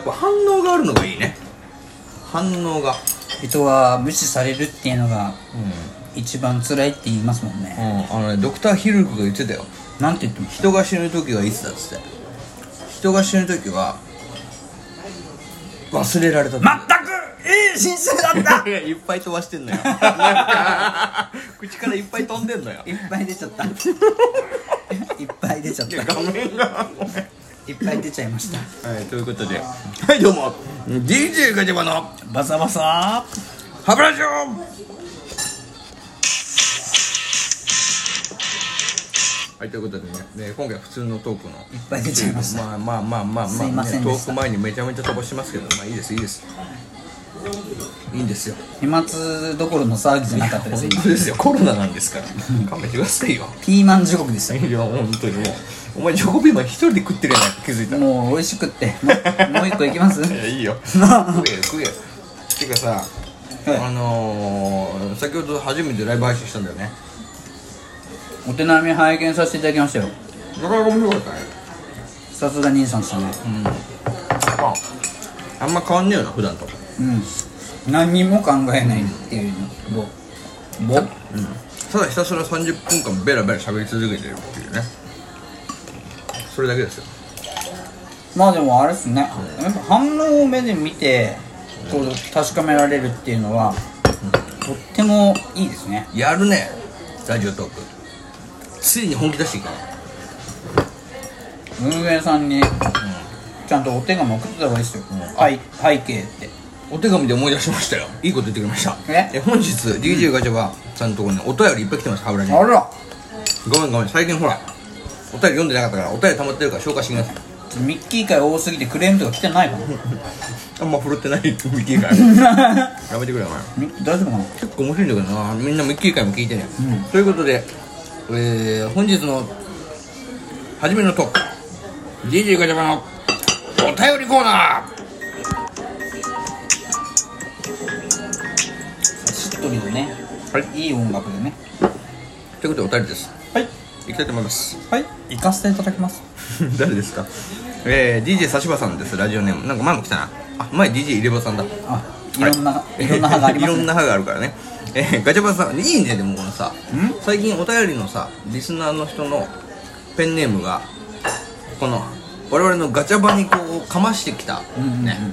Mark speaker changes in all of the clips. Speaker 1: あるのがいいね反応が
Speaker 2: 人は無視されるっていうの
Speaker 1: う
Speaker 2: が一番辛いって言いますもんね
Speaker 1: ん、あのねドクターヒルクが言ってたよ
Speaker 2: なんて言っても
Speaker 1: 人が死ぬ時はいつだっつって人が死ぬ時 は忘れられた時
Speaker 2: 全くいい新鮮だった
Speaker 1: いやいっぱい飛ばしてん のよなんか口からいっぱい飛んでんのよ
Speaker 2: いっぱい出ちゃった いっぱい出ちゃった
Speaker 1: 画面が
Speaker 2: いっぱい出ちゃいました
Speaker 1: はいということではいどうも DJ ガチャバの
Speaker 2: バサバサ
Speaker 1: ハブラジオはいということでねね今回普通のトークの
Speaker 2: いっぱい出ちゃいました
Speaker 1: まあまあまあまあ
Speaker 2: すい
Speaker 1: ま
Speaker 2: ま
Speaker 1: あ、
Speaker 2: せ
Speaker 1: ね、
Speaker 2: ん
Speaker 1: ト
Speaker 2: で
Speaker 1: ー
Speaker 2: した
Speaker 1: ク前にめちゃめちゃ飛ばしますけどまあいいですいいですいいんですよ
Speaker 2: 飛沫どころの騒ぎじゃなかったです
Speaker 1: 本
Speaker 2: 今
Speaker 1: 当ですよコロナなんですから勘弁してくださいよ
Speaker 2: ピーマン地獄でし
Speaker 1: いや本当にもうお前チョコピーマン一人で食ってるやないか気づいた
Speaker 2: たもう美味しくってもうもう一個いきます
Speaker 1: いやいいよ食えよ食えよてかさ、あのー、先ほど初めてライブ配信したんだよね
Speaker 2: お手並み拝見させていただきましたよ
Speaker 1: なかなか面白かったね
Speaker 2: さすが兄さんでしたね
Speaker 1: うんまああんま変わんねえよな普段と
Speaker 2: うん何にも考えないっていうのをぼ
Speaker 1: うんただひたすら30分間ベラベラ喋り続けてるっていうねそれだけですよ
Speaker 2: まあでもあれっすねやっぱ反応を目で見てこう確かめられるっていうのはとってもいいですね
Speaker 1: やるねラジオトークついに本気出していいか
Speaker 2: 運営さんにちゃんとお手紙送ってた方がいいですよ、はい背景って
Speaker 1: お手紙で思い出しましたよいいこと言ってくれました
Speaker 2: え
Speaker 1: 本日 DJ ガチャバさんのところにお便りいっぱい来てますハブラジに
Speaker 2: あら
Speaker 1: ごめんごめん最近ほらお便り読んでなかったからお便り溜まってるから消化してください
Speaker 2: ミッキー界多すぎてクレームとか来てないか な
Speaker 1: あんま振るってないミッキー会 やめてくれよお前
Speaker 2: ミッキー大丈夫かな
Speaker 1: 結構面白いんだけどなみんなミッキー会も聞いてね、ということで、えー、本日の初めのトーク DJ ガチャバのお便りコーナー
Speaker 2: しっとりでね、、
Speaker 1: はい
Speaker 2: い音楽でね
Speaker 1: ということでお便りです
Speaker 2: はい
Speaker 1: いきたいと思います
Speaker 2: はい行かせていただきます
Speaker 1: 誰ですかえー、DJ さしばさんですラジオネームなんか前も来たなあ前 DJ 入ればさんだ
Speaker 2: あいろんな、 い、ろんな歯があります、ね、
Speaker 1: いろんな歯があるからね、えーガチャバさんいいねでもこのさ最近お便りのさリスナーの人のペンネームがこの我々のガチャバにこうかましてきた、ね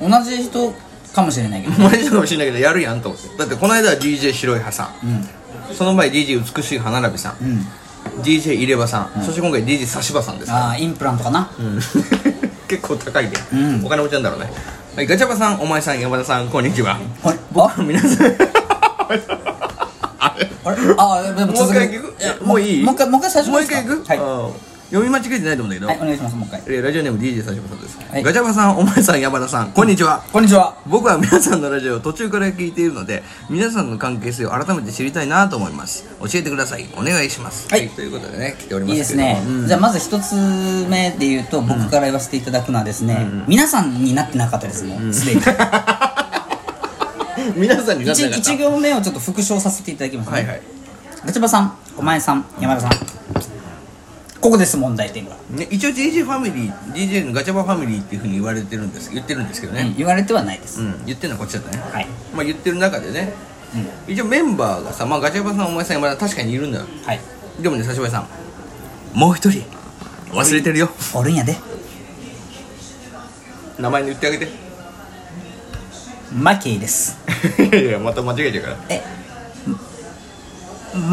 Speaker 2: 同じ人かもしれないけど
Speaker 1: 同じのかもしれないけどやるやんと思ってだってこの間は DJ 白い歯さん
Speaker 2: うん
Speaker 1: その前 DJ 美しい歯並びさん、
Speaker 2: うん
Speaker 1: DJ 入れ歯さん、そして今回 DJ 差し歯さんです
Speaker 2: ああインプラントかな
Speaker 1: うん 結構高いね、
Speaker 2: うん
Speaker 1: お金持ちなんだろうね、はい、ガチャバさんお前さん山田さんこんにちは
Speaker 2: はいあ
Speaker 1: 皆さん あれ
Speaker 2: あれ あーで
Speaker 1: も
Speaker 2: も
Speaker 1: う
Speaker 2: 続
Speaker 1: 一
Speaker 2: け
Speaker 1: 回
Speaker 2: て
Speaker 1: 行くいやもういい
Speaker 2: もう一回もう一回最初
Speaker 1: も
Speaker 2: の
Speaker 1: う一
Speaker 2: やつか
Speaker 1: 回行く、
Speaker 2: はい、
Speaker 1: うん読み間違えてないと思うんだけど、
Speaker 2: はい、お願いしますもう一回
Speaker 1: えーラジオネーム DJ さしばさんです、
Speaker 2: はい
Speaker 1: ガチャバさんお前さん山田さんこんにちは
Speaker 2: こんにちは
Speaker 1: 僕は皆さんのラジオを途中から聞いているので皆さんの関係性を改めて知りたいなと思います教えてくださいお願いします
Speaker 2: はい
Speaker 1: ということでね来ており
Speaker 2: い
Speaker 1: ま
Speaker 2: いですす
Speaker 1: けども
Speaker 2: ね、
Speaker 1: うん
Speaker 2: じゃあまず一つ目で言うと僕から言わせていただくのはですね、皆さんになってなかったですもうすでに
Speaker 1: 皆さんになってなかっ
Speaker 2: 1行目をちょっと復唱させていただきます
Speaker 1: た
Speaker 2: ね、
Speaker 1: はいはい
Speaker 2: ガチバさんお前さん山田さんここです問題点が、
Speaker 1: ね、一応 DJ ファミリー DJ のガチャバファミリーっていうふうに言われてるんです言ってるんですけどね、
Speaker 2: 言われてはないです、
Speaker 1: うん言ってるのはこっちだったね、
Speaker 2: はい
Speaker 1: まあ、言ってる中でね、一応メンバーがさ、まあ、ガチャバさんお前さん山田確かにいるんだよ
Speaker 2: はい
Speaker 1: でもね差しばさんもう一人忘れてるよ
Speaker 2: おるんやで
Speaker 1: 名前言ってあげて
Speaker 2: マッキーです
Speaker 1: いやいやまた間違えちゃうから
Speaker 2: え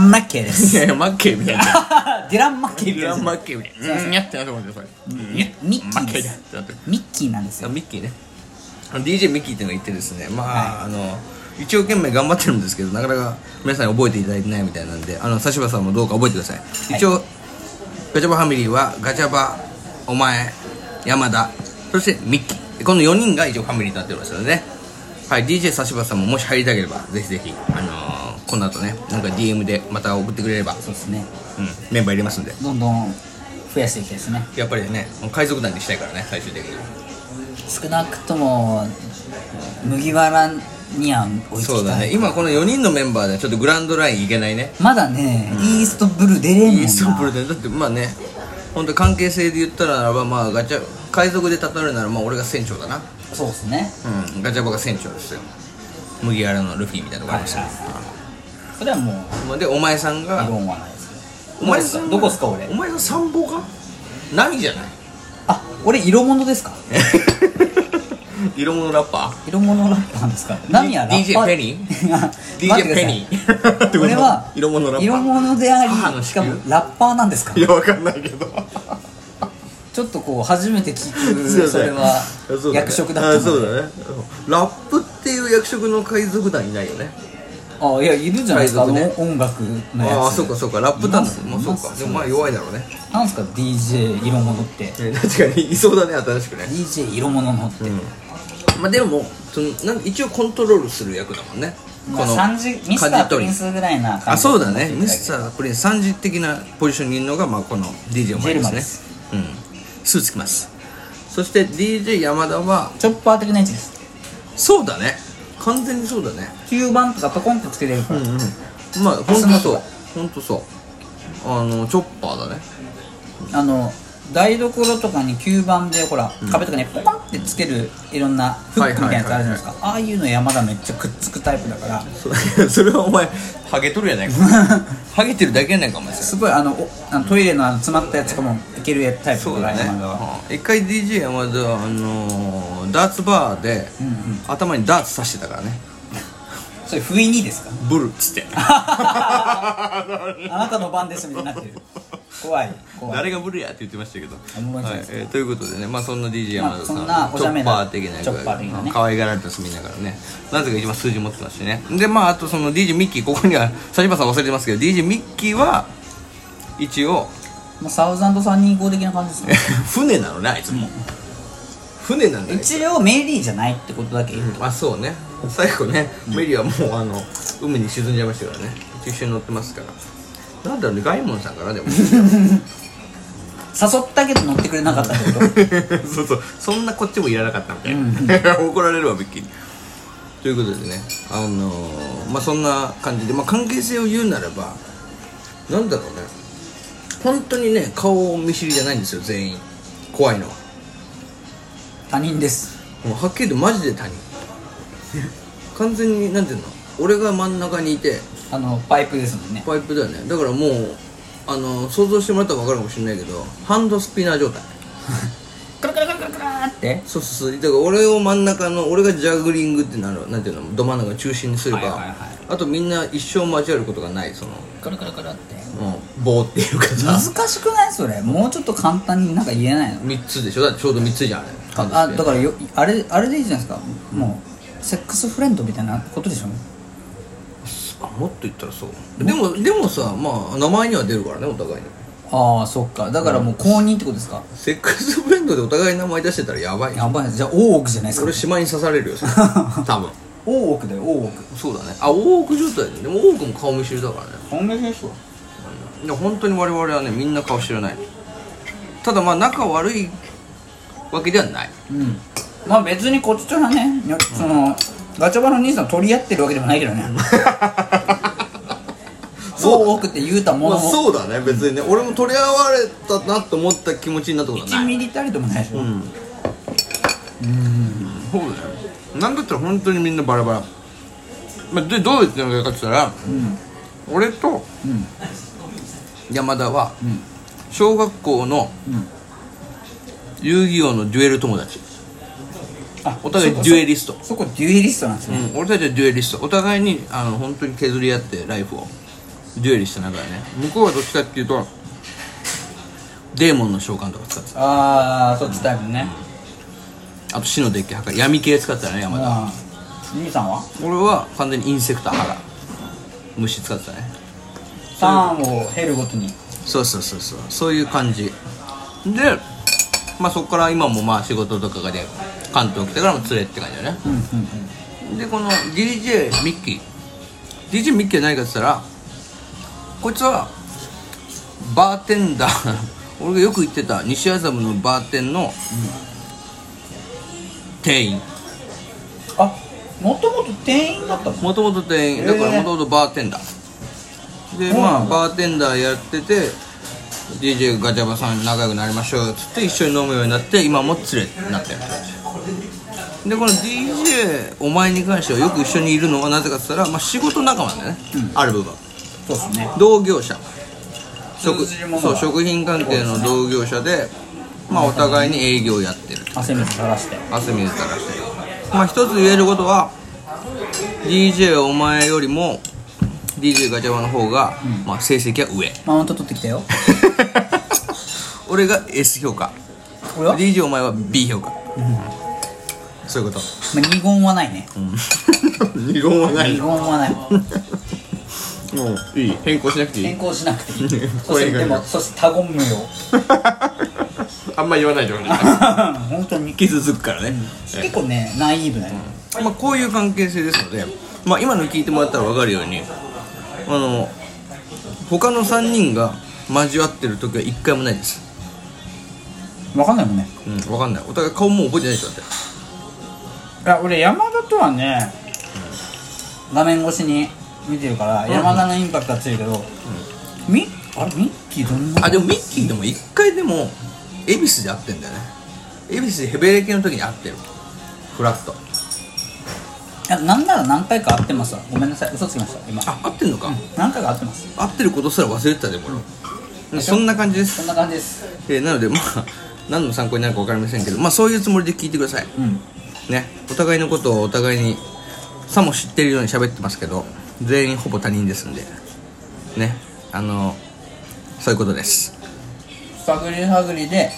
Speaker 2: マッキーで す
Speaker 1: いやいやマッケーみたいな
Speaker 2: ディラン・マッキー
Speaker 1: い
Speaker 2: で
Speaker 1: や
Speaker 2: す
Speaker 1: マッキーみたいなうんにゃってなってますよそれうんにゃ
Speaker 2: ミッキーで
Speaker 1: マッキーだってなってる
Speaker 2: すミッキーなんですよ
Speaker 1: あミッキーねあの DJ ミッキーっていうのが言ってですねまあ、あの一生懸命頑張ってるんですけどなかなか皆さんに覚えていただいてないみたいなんであの指原さんもどうか覚えてください、
Speaker 2: はい
Speaker 1: 一応ガチャバファミリーはガチャバお前山田そしてミッキーこの4人が一応ファミリーとなっておりますのでねはい DJ 指原さんももし入りたければぜひぜひあのーこの後ねなんか DM でまた送ってくれれば、
Speaker 2: そうですね
Speaker 1: うん、メンバー入れますんで
Speaker 2: どんどん増やしていきたいですね
Speaker 1: やっぱりね海賊団にしたいからね最終的に
Speaker 2: 少なくとも麦わらには追いつきたい
Speaker 1: そうだね今この4人のメンバーでちょっとグランドラインいけないね
Speaker 2: まだね、イーストブルー出れんもんな
Speaker 1: イーストブルでだってまあね本当関係性で言ったらならばまあガチャ海賊で例えるならまあ俺が船長だな
Speaker 2: そうですね
Speaker 1: うんガチャバが船長ですよ麦わらのルフィみたいなとこありましたね、
Speaker 2: それはもう
Speaker 1: まあでお前さん
Speaker 2: 異
Speaker 1: が
Speaker 2: 論はないですね
Speaker 1: お前さん
Speaker 2: どこっすか俺
Speaker 1: お前さん参謀か何じゃない
Speaker 2: あ俺色物ですか
Speaker 1: 色物ラッパー
Speaker 2: 色物ラッパーですか何やラッ
Speaker 1: DJ
Speaker 2: パー
Speaker 1: ペニ
Speaker 2: い や待って
Speaker 1: DJ
Speaker 2: くだ
Speaker 1: ペ
Speaker 2: さい
Speaker 1: ニー ってこと
Speaker 2: 俺は
Speaker 1: 色物ラッパー
Speaker 2: 色物であ
Speaker 1: 母の
Speaker 2: りし
Speaker 1: 子宮
Speaker 2: かもラッパーなんですか
Speaker 1: いやわかんないけど
Speaker 2: ちょっとこう初めて聞くそれは
Speaker 1: そうね
Speaker 2: 役職だった
Speaker 1: あそう
Speaker 2: の
Speaker 1: だねうんラップっていう役職の海賊団いないよね
Speaker 2: あいやいるじゃないですかあ
Speaker 1: 海
Speaker 2: の
Speaker 1: 賊ね
Speaker 2: 音楽のやつ
Speaker 1: ああそうかそうかラップ団だもん
Speaker 2: い
Speaker 1: そ
Speaker 2: ま
Speaker 1: う
Speaker 2: す
Speaker 1: かでもまあ弱いだろうね
Speaker 2: なんすか DJ 色物って
Speaker 1: え確かにいそうだね新しくね
Speaker 2: DJ 色物のって、
Speaker 1: まあでもそのなん一応コントロールする役だもんね
Speaker 2: まあ、三次ミスタープリ
Speaker 1: 舵取
Speaker 2: ン
Speaker 1: り
Speaker 2: スぐらいな感じ
Speaker 1: あそうだねミス
Speaker 2: ー
Speaker 1: タープリンス三次的なポジションにいるのがまあこの DJ お前で
Speaker 2: ジェルマ
Speaker 1: す
Speaker 2: で
Speaker 1: ね
Speaker 2: す
Speaker 1: うんスーツ着ますそして DJ 山田は
Speaker 2: チョッパー的な位置です
Speaker 1: そうだね完全にそうだね
Speaker 2: 吸盤とかトコンとつけれるから、
Speaker 1: うんまあ本当そう本当そうあのチョッパーだね
Speaker 2: あの台所とかに吸盤でほら、壁とかにポカンってつけるいろんなフックみたいなやつあるじゃないですか、ああいうの山田めっちゃくっつくタイプだから
Speaker 1: そ それはお前ハゲとるや ないかハゲてるだけやないかお前
Speaker 2: すごいあのおあのトイレのあの詰まったやつとかもいけるタイプ
Speaker 1: そう
Speaker 2: だ
Speaker 1: だ
Speaker 2: から
Speaker 1: ね
Speaker 2: 山田は
Speaker 1: うん一回 DJ 山田はあのーダーツバーで、
Speaker 2: うんうん
Speaker 1: 頭にダーツ刺してたからね
Speaker 2: それ不意にですか
Speaker 1: ブルっつって
Speaker 2: あなたの番ですみたいになってる怖い怖い
Speaker 1: 誰がブルやって言ってましたけど
Speaker 2: おもろいじゃ
Speaker 1: は
Speaker 2: ない
Speaker 1: い
Speaker 2: ですか
Speaker 1: えーということでねまあそんな DJ 山田さん,、
Speaker 2: まあそんなお
Speaker 1: チ
Speaker 2: 茶
Speaker 1: ョ
Speaker 2: 目
Speaker 1: ッ
Speaker 2: な
Speaker 1: パー的な
Speaker 2: チョッパー的なね
Speaker 1: 可愛がられたみながらねなぜか一番数字持ってたしねでまああとその DJ ミッキーここには 佐島さん忘れてますけど DJ ミッキーは一応
Speaker 2: もうサウザンド3人号的な感じですね
Speaker 1: 船なのねあいつも船なんだよ
Speaker 2: 一応メリーじゃないってことだけ言う
Speaker 1: あそうね最後ねメリーはもうあの海に沈んじゃいましたからね一緒に乗ってますからなんだろうねガイモンさんかなでも
Speaker 2: 誘ったけど乗ってくれなかったってこと
Speaker 1: そうそうそんなこっちもいらなかったみたいな 怒られるわびっきりということでねあのーまあそんな感じで、まあ、関係性を言うならばなんだろうね本当にね顔を見知りじゃないんですよ全員怖いのは
Speaker 2: 他人です
Speaker 1: もうはっきり言ってマジで他人完全になんていうの俺が真ん中にいて
Speaker 2: あのパイプですもんね
Speaker 1: パイプだよねだからもうあの想像してもらったら分かるかもしれないけどハンドスピナー状態
Speaker 2: クラクラクラクラクラって
Speaker 1: そうそうそうだから俺を真ん中の俺がジャグリングってなるなんていうのど真ん中の中心にすれば、
Speaker 2: はいはいはい
Speaker 1: あとみんな一生交わることがないその、
Speaker 2: クラクラクラって
Speaker 1: うん、棒っていうかさ
Speaker 2: 難しくないそれもうちょっと簡単になんか言えないの
Speaker 1: 3つでしょだってちょうど3つじゃんあれハンド
Speaker 2: あ
Speaker 1: スピナ
Speaker 2: だ
Speaker 1: ー
Speaker 2: からよあれあれでいいじゃないですかもうセックスフレンドみたいなことでしょ
Speaker 1: あもっと言ったらそうでもでもさまあ名前には出るからねお互いに
Speaker 2: ああそっかだからもう公認ってことですか、
Speaker 1: セックスフレンドでお互い名前出してたらやばい
Speaker 2: やばいなじゃあ大奥じゃないです
Speaker 1: そ
Speaker 2: か
Speaker 1: れ島に刺されるよそれ多分
Speaker 2: 大奥だよ大奥
Speaker 1: そうだねあ大奥状態だねでも大奥も顔見知りだからね
Speaker 2: 本命ですわ
Speaker 1: でも本当に我々はねみんな顔知らないただまあ仲悪いわけではない
Speaker 2: うんまあ別にこっちとらねよそのガチャバの兄さん取り合ってるわけでもないけどね
Speaker 1: そう
Speaker 2: 大奥って言うたも
Speaker 1: ま
Speaker 2: の
Speaker 1: あ
Speaker 2: の
Speaker 1: そうだね別にね俺も取り合われたなと思った気持ちになったことは
Speaker 2: 1
Speaker 1: ない
Speaker 2: ミリたりともないでしょ、
Speaker 1: うんそうだよなんだったら本当にみんなバラバラ、まあ、でどう言ってるのかって言ったら、俺と
Speaker 2: うん
Speaker 1: 山田は
Speaker 2: うん
Speaker 1: 小学校の
Speaker 2: うん
Speaker 1: 遊戯王のデュエル友達
Speaker 2: あ
Speaker 1: お互いデュエリスト
Speaker 2: そこそこデュエリストなんですね、
Speaker 1: うん、俺たちはデュエリストお互いにあの本当に削り合ってライフをデュエリしてながらね向こうはどっちかっていうとデーモンの召喚とか使って
Speaker 2: ああそっちタイプね、
Speaker 1: たあと死のデッキ破壊闇系使ってたね山田
Speaker 2: あー兄さんは
Speaker 1: 俺は完全にインセクター派だ虫使ってたね
Speaker 2: ターンを減るごとに
Speaker 1: そうそうそうそうそういう感じでまあそこから今もまあ仕事とかで関東来てからも連れって感じだね
Speaker 2: うんうんうん
Speaker 1: でこの DJ ミッキー DJ ミッキーは何かって言ったらこいつはバーテンダー俺がよく行ってた西麻布のバーテンの店員
Speaker 2: あもともと店員だったの
Speaker 1: もともと店
Speaker 2: へ
Speaker 1: 員
Speaker 2: ー
Speaker 1: だからもともとバーテンダーで
Speaker 2: そう
Speaker 1: ま
Speaker 2: な
Speaker 1: あ
Speaker 2: んだ
Speaker 1: バーテンダーやってて DJ ガチャバさん仲良くなりましょうっつって一緒に飲むようになって今も連れになってるでこの DJ お前に関してはよく一緒にいるのはなぜかっつったら、まあ、仕事仲間だよね、ある部分
Speaker 2: そうですね
Speaker 1: 同業者食
Speaker 2: 通じるもの
Speaker 1: そ
Speaker 2: は
Speaker 1: う食品関係の同業者で、まあ、お互いに営業やってる
Speaker 2: 汗水垂らして
Speaker 1: 汗水垂らしてるまあ一つ言えることは DJ お前よりも DJ ガチャバの方が、まあ、成績は 上
Speaker 2: マウント取ってきたよ
Speaker 1: 俺が S 評価
Speaker 2: これは、ま
Speaker 1: DJ お前は B 評価、そういうこと
Speaker 2: あ、二言はないね
Speaker 1: 二言は
Speaker 2: 二言はない
Speaker 1: もういい変更しなくてい
Speaker 2: 変
Speaker 1: い
Speaker 2: 更しなくて いいそ
Speaker 1: こ
Speaker 2: し
Speaker 1: れ
Speaker 2: て
Speaker 1: 以外
Speaker 2: でもそして他言無 用
Speaker 1: あんま言わないでほしい
Speaker 2: 本当に
Speaker 1: 傷つくからね、
Speaker 2: 結構ねナイーブだね
Speaker 1: まあ、こういう関係性ですので、まあ、今の聞いてもらったら分かるようにあの他の3人が交わってる時は1回もないです、
Speaker 2: わかんないもんね
Speaker 1: うん、分かんないお互い顔もう覚えてないでしょだって
Speaker 2: いや俺山田とはね画面越しに見てるから山田のインパクトは強いけど、ミッあれミッキーどんな
Speaker 1: あでもミッキーでも1回でも恵比寿で会ってんだよね恵比寿でヘベレ系の時に会ってるフラット
Speaker 2: いやなんなら何回か会ってますわごめんなさい嘘つきました今
Speaker 1: あ会ってんのか、
Speaker 2: 何回か会ってます
Speaker 1: 会ってることすら忘れてたでも俺、うんそんな感じです
Speaker 2: そんな感じです
Speaker 1: えーなのでまあ何の参考になるか分かりませんけどまあそういうつもりで聞いてください
Speaker 2: うん
Speaker 1: ねお互いのことをお互いにさも知ってるように喋ってますけど全員ほぼ他人ですんでねあのそういうことです
Speaker 2: 探り探りで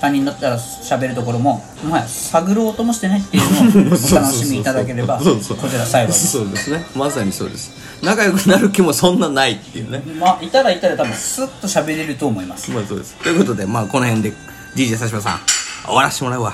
Speaker 2: 他人だったら喋るところももはや探ろうともしてないっていうのを お楽しみいただければこ
Speaker 1: そうそう
Speaker 2: ちら最後です
Speaker 1: そうですねまさにそうです仲良くなる気もそんなないっていうね
Speaker 2: まあいたらいたら多分スッと喋れると思います
Speaker 1: まあそうですということでまあこの辺で DJ さしばさん終わらせてもらうわ